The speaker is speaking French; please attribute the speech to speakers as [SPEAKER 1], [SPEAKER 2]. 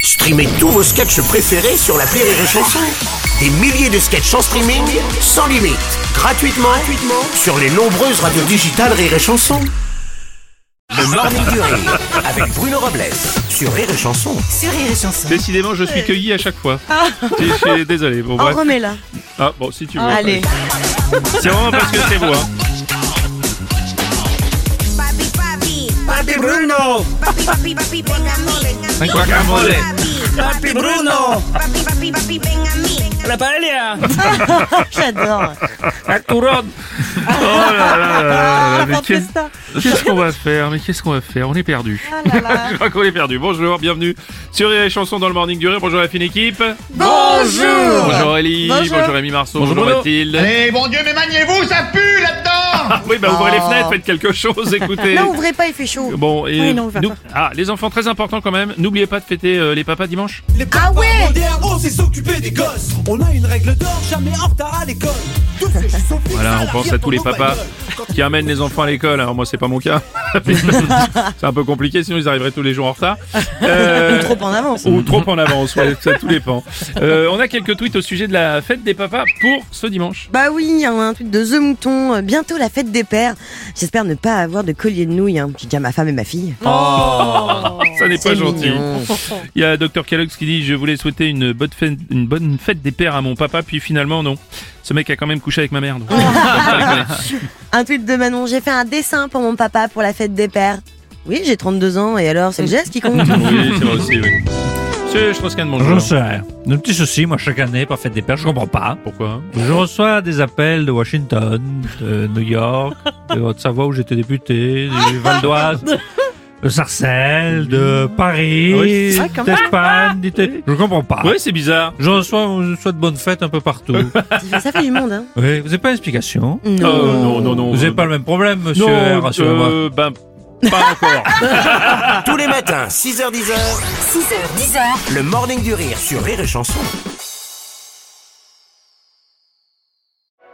[SPEAKER 1] Streamez tous vos sketchs préférés sur la Rire et Chanson. Des milliers de sketchs en streaming, sans limite, gratuitement, gratuitement sur les nombreuses radios digitales Rire et Chanson. Le Morning du Rire avec Bruno Robles sur Rire et Chanson.
[SPEAKER 2] Sur Rire et Chanson.
[SPEAKER 3] Décidément, je suis cueilli à chaque fois.
[SPEAKER 2] Ah.
[SPEAKER 3] Je suis- Désolé. Bon,
[SPEAKER 2] On
[SPEAKER 3] bref.
[SPEAKER 2] remet là.
[SPEAKER 3] Ah, bon, si tu veux.
[SPEAKER 2] Oh, Allez.
[SPEAKER 3] C'est vraiment parce que c'est moi.
[SPEAKER 4] Papi, papi,
[SPEAKER 1] Papi Bruno
[SPEAKER 4] papi, papi, papi, ven a mí.
[SPEAKER 3] Un guacamole.
[SPEAKER 4] Papi,
[SPEAKER 1] Bruno
[SPEAKER 4] papi, papi, papi, ven a mí.
[SPEAKER 1] La paella
[SPEAKER 2] J'adore.
[SPEAKER 3] La couronne. Oh là là là là là.
[SPEAKER 2] Ah,
[SPEAKER 3] Mais
[SPEAKER 2] la
[SPEAKER 3] qu'est-
[SPEAKER 2] Festa.
[SPEAKER 3] qu'est-ce qu'on va faire Mais qu'est-ce qu'on va faire On est perdu.
[SPEAKER 2] Ah là là.
[SPEAKER 3] Je crois qu'on est perdu. Bonjour, bienvenue sur Rire et Chansons dans le Morning du Rire. Bonjour la fine équipe.
[SPEAKER 2] Bonjour.
[SPEAKER 3] Bonjour Aurélie.
[SPEAKER 2] Bonjour.
[SPEAKER 3] Rémi Marceau. Bonjour, Mathilde.
[SPEAKER 5] Eh bon Dieu, mais maniez-vous, ça pue là-dedans
[SPEAKER 3] Oui, bah ouvrez les
[SPEAKER 2] Oh.
[SPEAKER 3] fenêtres, faites quelque chose, écoutez.
[SPEAKER 2] Non, ouvrez pas, il fait chaud.
[SPEAKER 3] Bon, et
[SPEAKER 2] Oui, non, on va
[SPEAKER 3] nous-
[SPEAKER 2] pas.
[SPEAKER 3] ah, les enfants, très important quand même. N'oubliez pas de fêter euh, les papas dimanche.
[SPEAKER 6] Les papas modernes, on sait s'occuper des gosses. On a une règle d'or, jamais en retard à l'école. Tous ces jeux sont fixes
[SPEAKER 3] Voilà, on
[SPEAKER 6] la
[SPEAKER 3] pense à
[SPEAKER 6] guerre
[SPEAKER 3] tous les
[SPEAKER 6] pendant
[SPEAKER 3] papas
[SPEAKER 6] ma gueule.
[SPEAKER 3] qui amènent les enfants à l'école. Alors moi, c'est pas mon cas. c'est un peu compliqué, sinon ils arriveraient tous les jours en retard. Euh,
[SPEAKER 2] Trop en avance.
[SPEAKER 3] ou trop en avance, ouais, ça tout dépend. Euh, on a quelques tweets au sujet de la fête des papas pour ce dimanche.
[SPEAKER 2] Bah oui, hein, un truc de The Mouton. euh, Bientôt la fête des pères. J'espère ne pas avoir de collier de nouilles. Hein. J'ai déjà ma femme et ma fille.
[SPEAKER 3] Ça n'est pas
[SPEAKER 2] C'est
[SPEAKER 3] gentil.
[SPEAKER 2] mignon.
[SPEAKER 3] Il y a Dr Kellogg qui dit Je voulais souhaiter une bonne, fête, une bonne fête des pères à mon papa, puis finalement, non. Ce mec a quand même couché avec ma mère. donc. Ah,
[SPEAKER 2] Un tweet de Manon. J'ai fait un dessin pour mon papa pour la fête des pères. Oui, j'ai 32 ans et alors c'est le geste qui compte.
[SPEAKER 3] oui, c'est vrai aussi, oui. Monsieur Strauss-Kahn, bonjour.
[SPEAKER 7] Bonjour, sir. Un petit souci, moi, chaque année, pour la fête des pères, je comprends pas.
[SPEAKER 3] Pourquoi
[SPEAKER 7] Je reçois des appels de Washington, de New York, de Haute-Savoie où j'étais député, du Val d'Oise, de Sarcelles, de Paris,
[SPEAKER 3] Oui.
[SPEAKER 2] Ah, quand même.
[SPEAKER 7] d'Espagne, d'Italie. Je comprends pas.
[SPEAKER 3] Ouais, c'est bizarre.
[SPEAKER 7] Je reçois, je souhaite bonne fête un peu partout.
[SPEAKER 2] Ça fait du monde. Hein.
[SPEAKER 7] oui, vous n'avez pas d'explication
[SPEAKER 3] Euh, non, non, non.
[SPEAKER 7] Vous n'avez pas le même problème, monsieur,
[SPEAKER 3] Non,
[SPEAKER 7] rassurez-moi.
[SPEAKER 3] euh, ben, pas encore.
[SPEAKER 1] Tous les matins, 6h10. 6h10. Le Morning du Rire sur Rire et Chanson.